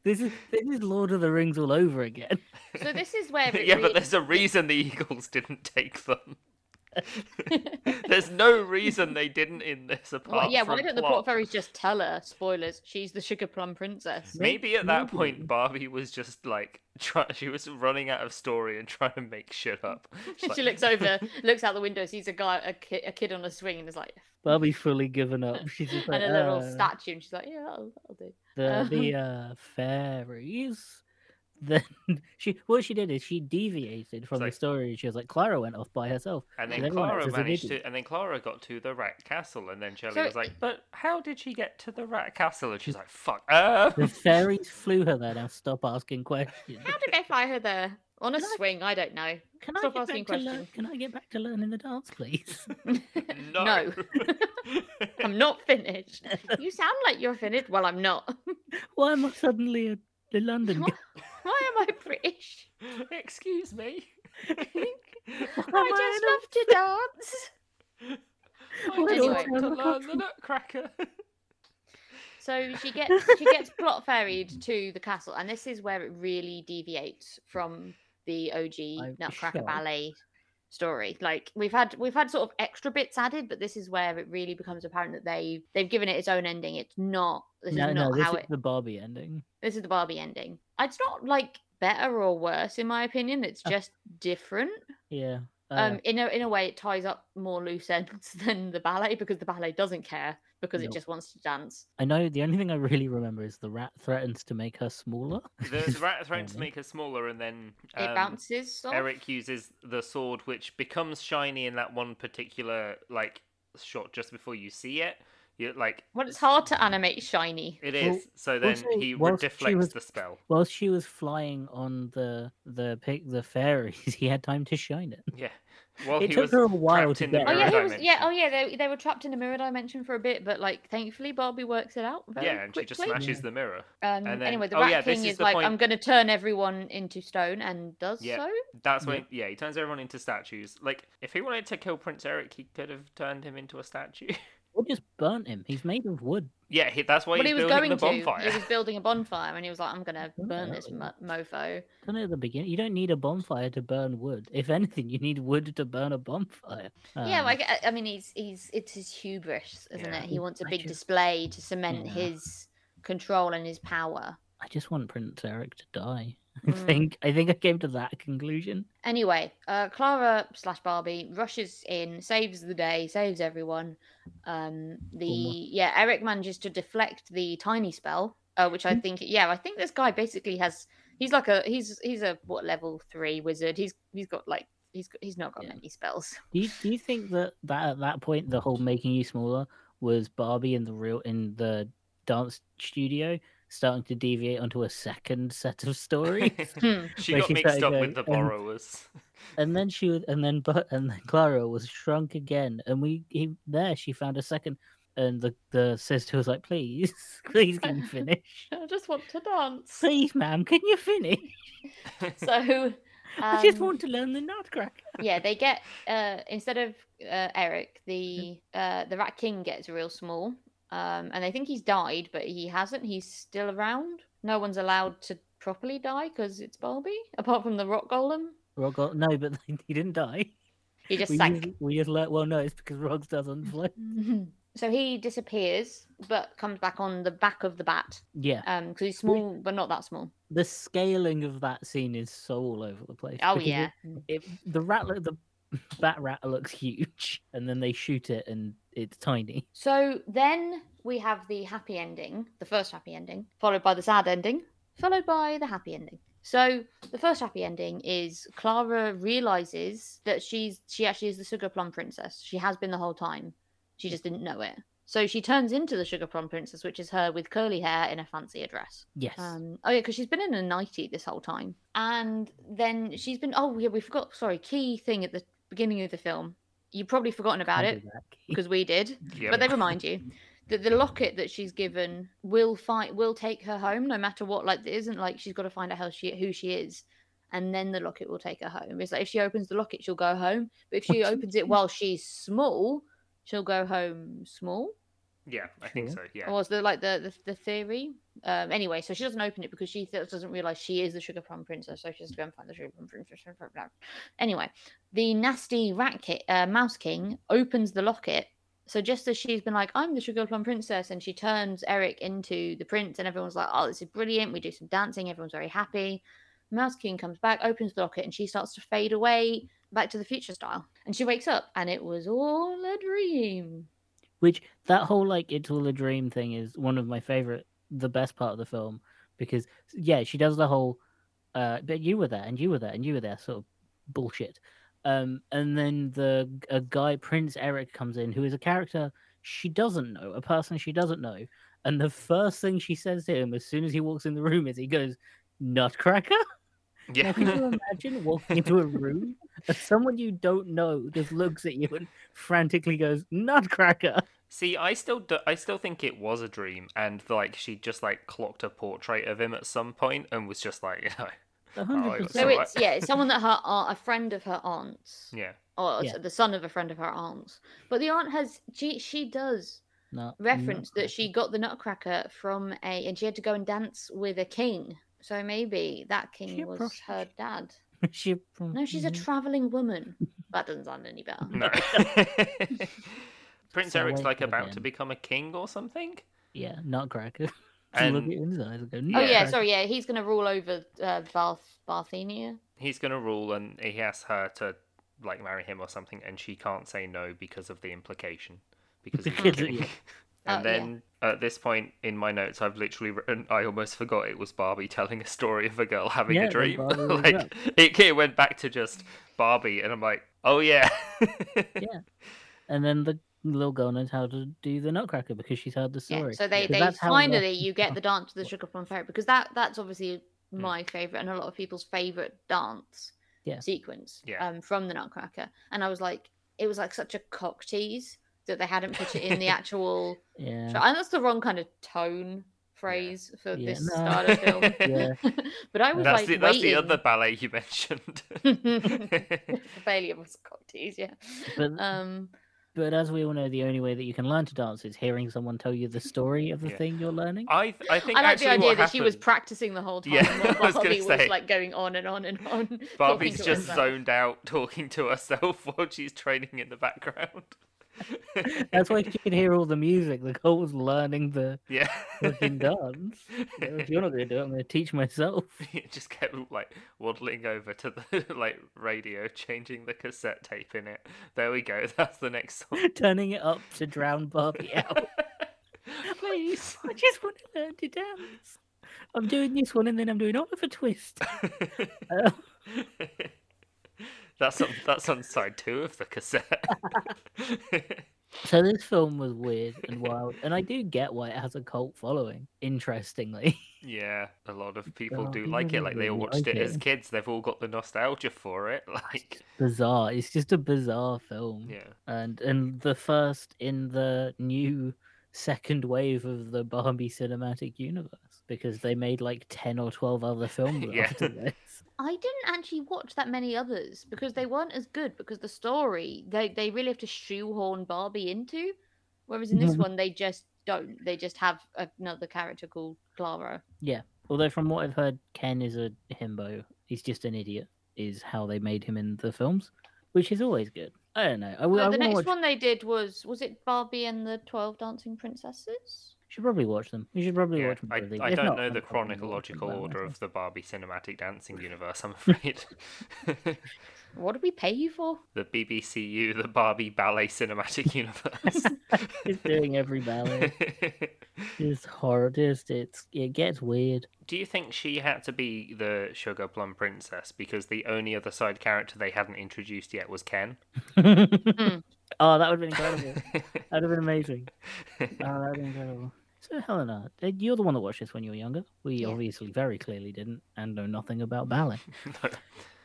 this is this is Lord of the Rings all over again. [LAUGHS] So this is where it yeah, really- but there's a reason the eagles didn't take them. [LAUGHS] there's no reason they didn't in this apart [LAUGHS] Well, yeah, from why don't the plot. plot fairies just tell her? Spoilers: she's the sugar plum princess. Maybe at that Maybe. point, Barbie was just like, try- she was running out of story and trying to make shit up. She's [LAUGHS] she like, looks over, looks out the window, sees a guy, a, ki- a kid on a swing, and is like, Barbie's fully given up. [LAUGHS] She's just like, and a little "Uh, statue, and she's like, yeah, that'll, that'll do. the Um. the uh, fairies. [LAUGHS] Then she what she did is she deviated from like- the story. She was like, Clara went off by herself. And And then everyone Clara acts as an managed idiot. to, and then Clara got to the rat castle, and then Shelley So was it- like, "But how did she get to the rat castle?" And she's like, "Fuck, uh, [LAUGHS] The fairies flew her there. Now stop asking questions. How did they fly her there? On a Can I- swing? I don't know. Can I Stop get asking back to learn, questions. Can I get back to learning the dance, please? [LAUGHS] [LAUGHS] no." No. [LAUGHS] I'm not finished. You sound like you're finished. Well, I'm not. Why am I suddenly a, a London? Why girl? why am I British? Excuse me. [LAUGHS] [LAUGHS] Am I an- just love to dance. I just Anyway. want to learn the Nutcracker. [LAUGHS] So [LAUGHS] she gets she gets plot ferried to the castle, and this is where it really deviates from the OG I'm Oh, Nutcracker sure. Ballet story. Like we've had we've had sort of extra bits added, but this is where it really becomes apparent that they they've given it its own ending. It's not this no, is no, not this how is it the Barbie ending. this is the Barbie ending. It's not like better or worse in my opinion. It's Oh. just different. Yeah. uh, Um, in a in a way, it ties up more loose ends [LAUGHS] than the ballet because the ballet doesn't care because No. it just wants to dance. I know the only thing I really remember is the rat threatens to make her smaller. [LAUGHS] The rat threatens Apparently. to make her smaller, and then It um, bounces. Off. Eric uses the sword, which becomes shiny in that one particular like shot just before you see it. You like Well, it's hard to animate shiny. It Well, is. So then also, he re- whilst she deflects was- the spell. Whilst she was flying on the the pick the fairies, [LAUGHS] he had time to shine it. Yeah. While it he took was her a while trapped to in the get Oh mirror yeah, he was, yeah. dimension. Oh yeah, they, they were trapped in the mirror dimension for a bit, but like thankfully Barbie works it out. Very yeah, and she just quickly. smashes the mirror. Um, and anyway, then- the oh, Rat yeah, this King is is, the like, point- I'm going to turn everyone into stone, and does Yeah. so. That's Yeah. when yeah. he turns everyone into statues. Like if he wanted to kill Prince Eric, he could have turned him into a statue. [LAUGHS] Or just burnt him. He's made of wood. yeah, he, that's why Well, he's he was building going the to. bonfire. [LAUGHS] He was building a bonfire, and he was like, "I'm going to Oh, burn this mo- mofo." Don't know at the beginning. You don't need a bonfire to burn wood. If anything, you need wood to burn a bonfire. yeah, Um, like I- I mean, he's he's it's his hubris, isn't Yeah. it? He wants a I big just- display to cement Yeah. his control and his [LAUGHS] power. I just want Prince Eric to [LAUGHS] die. I Mm. think I think I came to that conclusion. Anyway, uh, Clara slash Barbie rushes in, saves the day, saves everyone. Um, the yeah, Eric manages to deflect the tiny spell, uh, which I Hmm. think yeah, I think this guy basically has he's like a he's he's a what level three wizard. He's he's got like he's got, he's not got Yeah. [LAUGHS] many spells. Do you, do you think that, that at that point the whole making you smaller was Barbie in the real in the dance studio starting to deviate onto a second set of stories. Hmm. she Where got she mixed started up going, with the um, borrowers. and then she would, and then but and then Clara was shrunk again, and we he, there she found a second, and the the sister was like, "Please, [LAUGHS] please can [LAUGHS] you finish? I just want to dance. Please, ma'am, can you finish? So I just um, want to learn the Nutcracker." yeah, they get uh, instead of uh, Eric, the uh, the Rat King gets real small, um, and they think he's died, but he hasn't. He's still around. No one's allowed to properly die because it's Bulby, apart from the Rock Golem. Rog, got- no, but [LAUGHS] he didn't die. He just we sank. Just, [LAUGHS] we just learnt. Well, no, it's because Rog doesn't float. [LAUGHS] so he disappears, but comes back on the back of the bat Yeah, because he's small, but not that small. the scaling of that scene is so all over the place. Oh because yeah, it, it- the rat, look- the [LAUGHS] bat rat looks huge, and then they shoot it, and it's tiny. So then we have the happy ending, the first happy ending, followed by the sad ending, followed by the happy ending. So the first happy ending is Clara realizes that she's she actually is the sugar plum princess. She has been the whole time. She just didn't know it. So she turns into the sugar plum princess, which is her with curly hair in a fancier dress. Yes. Um, oh yeah, because she's been in a nightie this whole time, and then she's been. Oh yeah, we forgot. Sorry, key thing at the beginning of the film. You've probably forgotten about Hand it it back. [LAUGHS] [LAUGHS] because we did Yep. but they remind you that the locket that she's given will fight will take her home no matter what like it isn't like she's got to find out how she who she is and then the locket will take her home it's like if she opens the locket she'll go home but if she opens it while she's small she'll go home small yeah, I think so. Yeah. was the like the, the the theory um anyway so she doesn't open it because she th- doesn't realize she is the sugar plum princess so she has to go and find the sugar plum princess blah, blah. anyway the nasty rat ki- uh, mouse king opens the locket so just as she's been like i'm the sugar plum princess and she turns eric into the prince and everyone's like oh this is brilliant we do some dancing everyone's very happy mouse king comes back opens the locket and she starts to fade away back to the future style and she wakes up and it was all a dream Which that whole like it's all a dream thing is one of my favorite, the best part of the film because yeah, she does the whole, uh, but you were there and you were there and you were there sort of bullshit, um, and then the a guy Prince Eric comes in who is a character she doesn't know, a person she doesn't know, and the first thing she says to him as soon as he walks in the room is he goes. Nutcracker? Now, [LAUGHS] can yeah. you imagine walking into a room and someone you don't know just looks at you and frantically goes, Nutcracker? See, I still, do, I still think it was a dream, and like she just like clocked a portrait of him at some point, and was just like, [LAUGHS] you know, A Oh, it hundred was So So percent. I- it's yeah, [LAUGHS] it's someone that her aunt, a friend of her aunt's, yeah, or Yeah. the son of a friend of her aunt's. But the aunt has she she does Not- reference not that she got the Nutcracker from a, and she had to go and dance with a king. So maybe that She king a was her prostitute? dad. correct. [LAUGHS] she No, she's a Mhm. traveling woman. That doesn't sound any better. no. [LAUGHS] Prince So Eric's wait like for about to him. become a king or something. yeah, nutcracker. [LAUGHS] She And- look at him in his eyes and go, Yeah. Oh yeah, "Nutcracker." sorry, yeah, he's gonna rule over uh, Barth Barthenia. He's gonna rule, and he asks her to like marry him or something, and she can't say no because of the implication. Because he's the Because, king. yeah. [LAUGHS] And Oh, yeah. then at this point in my notes, I've literally written, I almost forgot it was Barbie telling a story of a girl having Yeah, a it was dream. [LAUGHS] Barbie with a like it, it went back to just Barbie, and I'm like, oh yeah, [LAUGHS] And then the little girl knows how to do the nutcracker because she's heard the Yeah, story. so they, Yeah. Because they that's how the- finally [LAUGHS] you get the dance to the works. sugar plum fairy because that that's obviously my favorite and a lot of people's favorite dance Yeah. sequence Yeah. um, from the Nutcracker, and I was like, it was like such a cock tease that they hadn't put it in [LAUGHS] the actual. Yeah. tr- And that's the wrong kind of tone phrase for Yeah, this no. style of film. [LAUGHS] Yeah. [LAUGHS] but I was that's like, the that's the waiting other ballet you [LAUGHS] mentioned. [LAUGHS] the failure was a cock tease, yeah. But, Um, but as we all know, the only way that you can learn to dance is hearing someone tell you the story of the Yeah. thing [LAUGHS] you're learning. I th- I think I like actually the idea that what she was happened- practicing the whole time. Yeah, while [LAUGHS] I was gonna Barbie was, say. like going on and on and on. [LAUGHS] talking Barbie's to just herself. zoned out, talking to herself [LAUGHS] while she's training in the background. [LAUGHS] That's why she could hear all the music. The girl was learning the yeah. [LAUGHS] fucking dance. You know, If you're not going to do it, I'm going to teach myself. [LAUGHS] it just kept like waddling over to the [LAUGHS] like radio, changing the cassette tape in it. There we go. [LAUGHS] That's the next song. Turning it up to drown [LAUGHS] Barbie out. Please. [LAUGHS] I just want to learn to dance. I'm doing this one and then I'm doing Oliver Twist. Uh, that's on that's on side two of the cassette. [LAUGHS] So this film was weird and wild, and I do get why it has a cult following. Interestingly, [LAUGHS] [LAUGHS] Yeah, a lot of people Oh, do people like it. don't Like they all really watched like it as it. kids. They've all got the nostalgia for it. [LAUGHS] Like, bizarre. It's just a bizarre film, yeah, and and the first in the new second wave of the Barbie cinematic universe because they made like ten or twelve other films [LAUGHS] Yeah. after this. I didn't actually watch that many others because they weren't as good because the story they they really have to shoehorn Barbie into, whereas in this Mhm. one they just don't. They just have another character called Clara. Although from what I've heard, Ken is a himbo. He's just an idiot. Is how they made him in the films, which is always good. I don't know. I, will. I No, the wanna next watch... one they did was was it Barbie and the Twelve Dancing Princesses? Should probably watch them. You should probably yeah. watch. more I, of these. I If don't not, know I'll the probably watch them chronological by order myself. of the Barbie cinematic dancing universe. I'm afraid [LAUGHS] What did we pay you for? the BBCU, the Barbie ballet cinematic [LAUGHS] [LAUGHS] [LAUGHS] Just universe. doing [LAUGHS] every ballet. It's horror. Just it's it [LAUGHS] gets weird. Do you think she had to be the sugar plum princess because the only other side character they hadn't introduced yet was Ken? [LAUGHS] Hmm. Oh, that would have been incredible. That would have been amazing. Oh, that would have been incredible. So Helena, uh, you're the one that watched this when you were younger. We Yeah. obviously very clearly didn't, and know nothing about ballet. No.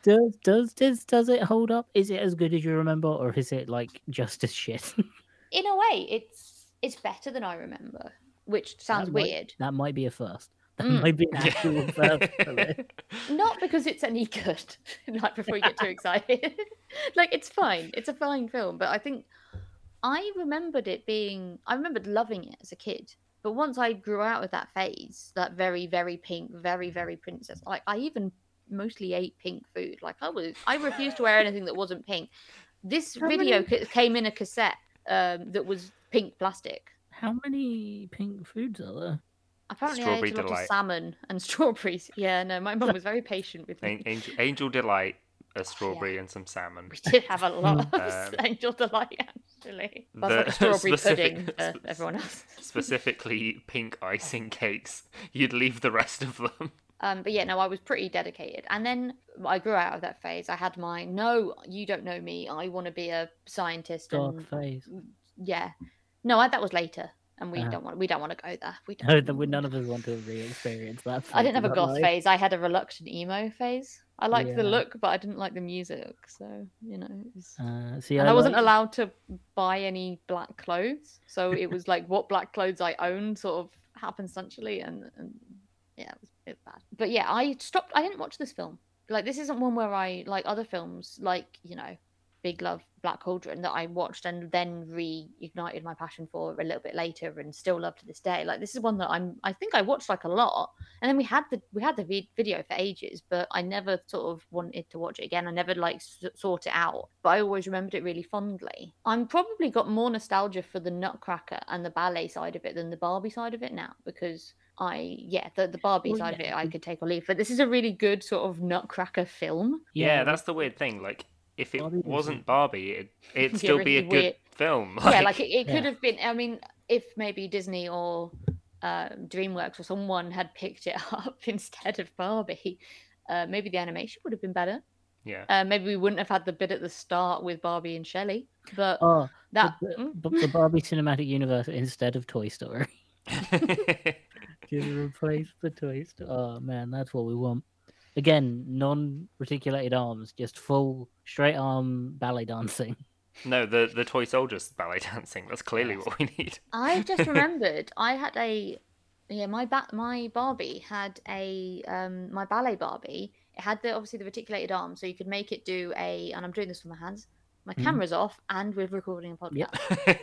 Does does does does it hold up? Is it as good as you remember, or is it like just as shit? [LAUGHS] In a way, it's it's better than I remember, which sounds That might- weird. that might be a first. That Mm. might be [LAUGHS] an Yeah. actual first. for this. Not because it's any [LAUGHS] good. like before you get too excited. like it's fine. It's a fine film, but I think I remembered it being I remembered loving it as a kid. But once I grew out of that phase, that very, very pink, very, very princess, like I even mostly ate pink food. Like I was I refused to wear anything that wasn't pink. This How video many- ca- came in a cassette um, that was pink plastic. [LAUGHS] How many pink foods are there? Apparently I Strawberry ate a lot delight. of salmon and [LAUGHS] strawberries. Yeah, no, my mum was very patient with me. An- Angel, Angel Delight, a strawberry, and some salmon. [LAUGHS] We did have a lot of Um, [LAUGHS] angel delight, actually. Hmm. That's the like a strawberry specific- [LAUGHS] pudding for everyone else. Specifically, pink icing cakes. You'd leave the rest of them. [LAUGHS] Um, but yeah, no, I was pretty dedicated. And then I grew out of that phase. I had my no, you don't know me. I want to be a scientist. Dark and phase. yeah, no, I, that was later, and we Ah. don't want we don't want to go there. We [LAUGHS] don't. [LAUGHS] No, that we, none of us want to re-experience that. I phase didn't have a of our goth life. phase. I had a reluctant emo phase. I liked the Yeah. look, but I didn't like the music. So you know. It was... Uh, see, and I, wasn't like- allowed to buy any black clothes, so it was like what black clothes I owned sort of happenstantially, and, and yeah, it was, it was bad. But yeah, I stopped. I didn't watch this film. Like this isn't one where I like other films, like you know, Big Love, Black Cauldron, that I watched and then reignited my passion for a little bit later, and still love to this day. Like this is one that I'm. I think I watched like a lot, and then we had the we had the vid- video for ages but i never sort of wanted to watch it again i never like s- sought it out but i always remembered it really fondly i'm probably got more nostalgia for the nutcracker and the ballet side of it than the barbie side of it now because i yeah the, the barbie Well, side yeah. of it i could take or leave but this is a really good sort of nutcracker film Yeah, that's the weird thing. Like, if it Barbie was wasn't a- Barbie, it, it'd [LAUGHS] Yeah, still be a really good weird. film. yeah like it, it Yeah. could have been i mean if maybe disney or um, dreamworks or someone had picked it [LAUGHS] up instead of barbie uh, maybe the animation would have been better [LAUGHS] [LAUGHS] yeah. Uh, maybe we wouldn't have had the bit at the start with Barbie and Shelley, but Oh, that the, Mm. the, the Barbie cinematic universe instead of Toy [LAUGHS] Story. Just replace the Toy Story. Oh man, that's what we want. Again, non-reticulated arms, just full straight arm ballet dancing. no, the the toy soldiers ballet dancing. That's clearly Yes. what we need. I've just remembered I had a yeah my ba- my Barbie had a um my ballet Barbie. It had the obviously the reticulated arm, so you could make it do a. And I'm doing this with my hands. My Mhm. camera's off, and we're recording a podcast.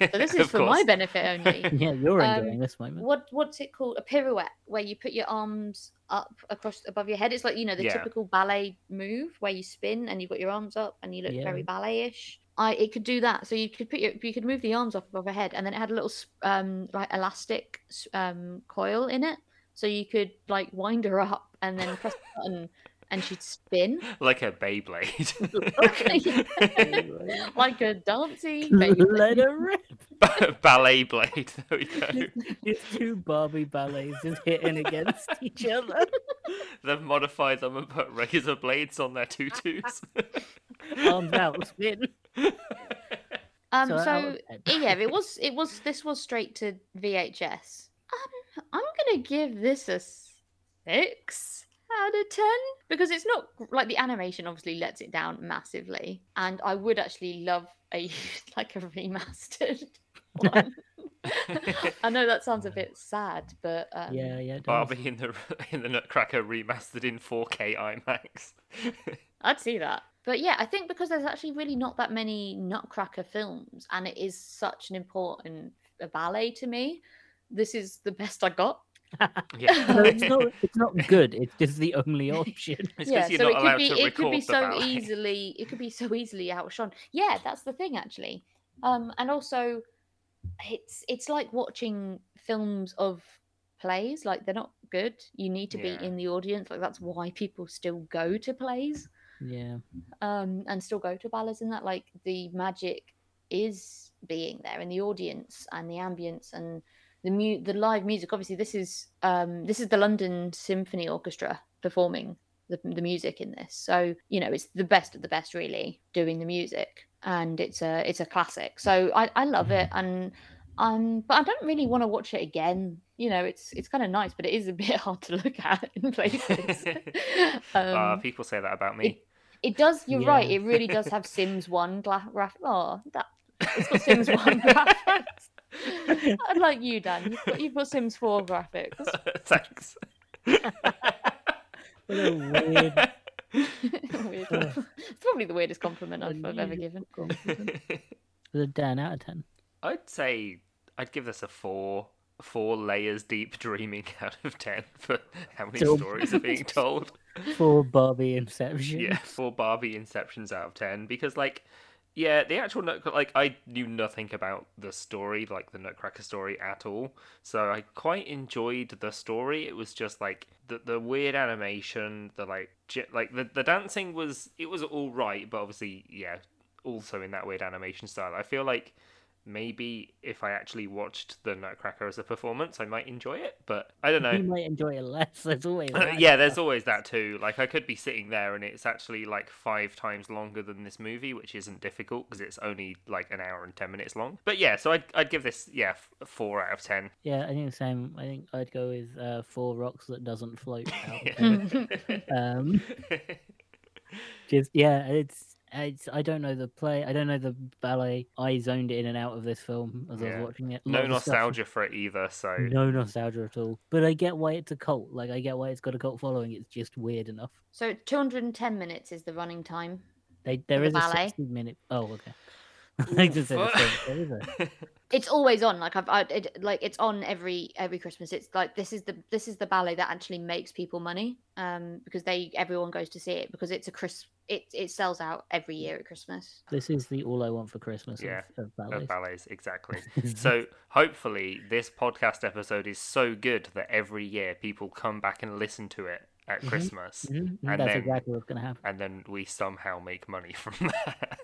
Yep. [LAUGHS] So this is Of for my course. benefit only. [LAUGHS] Yeah, you're Um, enjoying this moment. what what's it called? A pirouette, where you put your arms up across above your head. It's like you know the Yeah. typical ballet move where you spin and you've got your arms up and you look Yeah. very ballet-ish. I it could do that. So you could put your you could move the arms up above your head, and then it had a little s- um like elastic s- um coil in it, so you could like wind her up and then press the button and she'd spin like a [LAUGHS] Beyblade. like [LAUGHS] a dancing. [LAUGHS] Let her rip. [LAUGHS] Ba- ballet blade. [LAUGHS] There we go. It's two Barbie ballets just hitting against each other. They've modified them and put razor [LAUGHS] Oh. blades on their tutus. Arms out, spin. Um, So, so, out of- yeah, it was it was this was straight to VHS. Um, I'm gonna give this a six out of ten because it's not like the animation obviously lets it down massively, and I would actually love a [LAUGHS] like a [LAUGHS] remastered one. I know that sounds a bit sad, but um, yeah, yeah. it does. [LAUGHS] Barbie in the in the Nutcracker remastered in 4K IMAX. [LAUGHS] I'd see that. But yeah, I think because there's actually really not that many Nutcracker films, and it is such an important ballet to me. This is the best I got. [LAUGHS] yeah, No, it's not. [LAUGHS] It's not good. It's just the only option. It's 'cause yeah, you're so not it could allowed be to it could record be the so [LAUGHS] ballet. easily it could be so easily outshone. Yeah, that's the thing actually. Um, and also, it's it's like watching films of plays. Like they're not good. You need to Yeah. be in the audience. Like that's why people still go to plays. Yeah. um, and still go to ballets and that like the magic is being there in the audience and the ambience and the mu- the live music obviously this is um this is the london symphony orchestra performing the, the music in this so you know it's the best of the best really doing the music and it's a it's a classic so i i love it and um but i don't really want to watch it again you know it's it's kind of nice but it is a [LAUGHS] bit hard to look at in places [LAUGHS] Um, Ah, people say that about me. it does. You're right. Yeah. It really does have Sims One gla- graphic. Oh, that it's got Sims One graphics. I'd like you, Dan. You've got, you've got Sims Four graphics. [LAUGHS] [LAUGHS] Thanks. What a [LAUGHS] weird. Weird. it's probably the weirdest compliment I've, I've ever unusual given. compliment. With a Dan out of ten. [LAUGHS] I'd say I'd give this a four, four layers deep dreaming [LAUGHS] out of ten for how many Still- stories are [LAUGHS] being told. For Barbie Inception. yeah, four Barbie Inceptions out of ten because like. Yeah, the actual Nutcracker, like, I knew nothing about the story, like the Nutcracker story at all. So I quite enjoyed the story. It was just like the the weird animation, the like, j- like the, the dancing was, it was all right, but obviously, yeah, also in that weird animation style. I feel like maybe if I actually watched the Nutcracker as a performance, I might enjoy it, but I don't know. You might enjoy it less. There's [LAUGHS] always. Uh, that. yeah, there's always that too. Like I could be sitting there and it's actually like five times longer than this movie, which isn't difficult because it's only like an hour and ten minutes long. But yeah, so I'd I'd give this yeah f- four out of [LAUGHS] ten. Yeah, I think the same. I think I'd go with uh, four rocks that [LAUGHS] doesn't float. Out of ten. Yeah. um, just yeah, it's it's. I don't know the play. I don't know the ballet. I zoned in and out of this film as I Yeah. was watching it. A [LAUGHS] lot no of the stuff- nostalgia for it either. So [LAUGHS] No nostalgia at all. But I get why it's a cult. Like I get why it's got a cult following. It's just weird enough. [LAUGHS] So 210 minutes is the running time. They there the is a ballet. sixty minute. Oh okay. [LAUGHS] I just said Oof. [LAUGHS] it's a- there is a- It's always on. Like I've, I, it, like it's on every every Christmas. It's like this is the this is the ballet that actually makes people money. Um, because they everyone goes to see it because it's a Chris. It it sells out every year at Christmas. This is the all I want for Christmas. Yeah, Of, of no ballets. ballets [LAUGHS] exactly. so hopefully this podcast episode is so good that every year people come back and listen to it at Mhm. Christmas, Mhm, mhm, and That's then- exactly what's gonna happen. and then we somehow make money from [LAUGHS] that.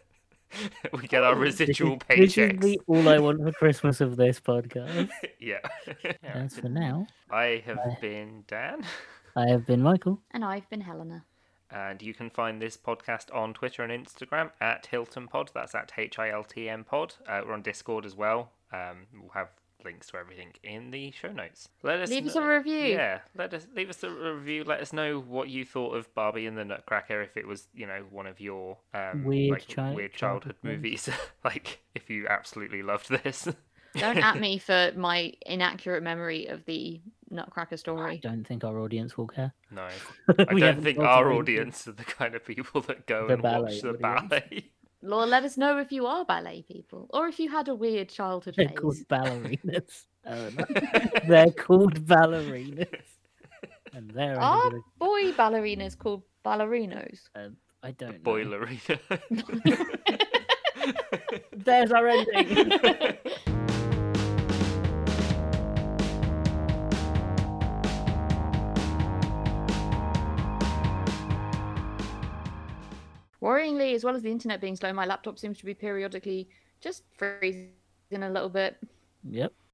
we get our Oh, This is, residual this is paychecks. the all [LAUGHS] I want for Christmas of this podcast. yeah. [LAUGHS] Yeah, As good. for now, I have I- been Dan, [LAUGHS] I have been Michael. And I've been Helena. and you can find this podcast on Twitter and Instagram at Hilton Pod. That's at H I L T M Pod. Uh, we're on Discord as well. Um, we'll have links to everything in the show notes. Let us Leave us kn- a review. Yeah, let us leave us a review. Let us know what you thought of Barbie and the Nutcracker. If it was, you know, one of your um, Weird like, chi- weird childhood childhood movies. [LAUGHS] like if you absolutely loved this. [LAUGHS] Don't at [LAUGHS] me for my inaccurate memory of the Nutcracker I story. don't think our audience will care. no, We I don't haven't think got our to- audience are the kind of people that go The and ballet watch the audience. ballet. Laura, let us know if you are ballet people or if you had a weird childhood They're called phase. ballerinas. [LAUGHS] Oh, no. They're called ballerinas. [LAUGHS] And they're. Are under the- boy ballerinas called ballerinos? I don't. [LAUGHS] know. Boilerina. [LAUGHS] There's our [LAUGHS] ending. [LAUGHS] Worryingly, as well as the internet being slow, my laptop seems to be periodically just freezing a little bit. yep.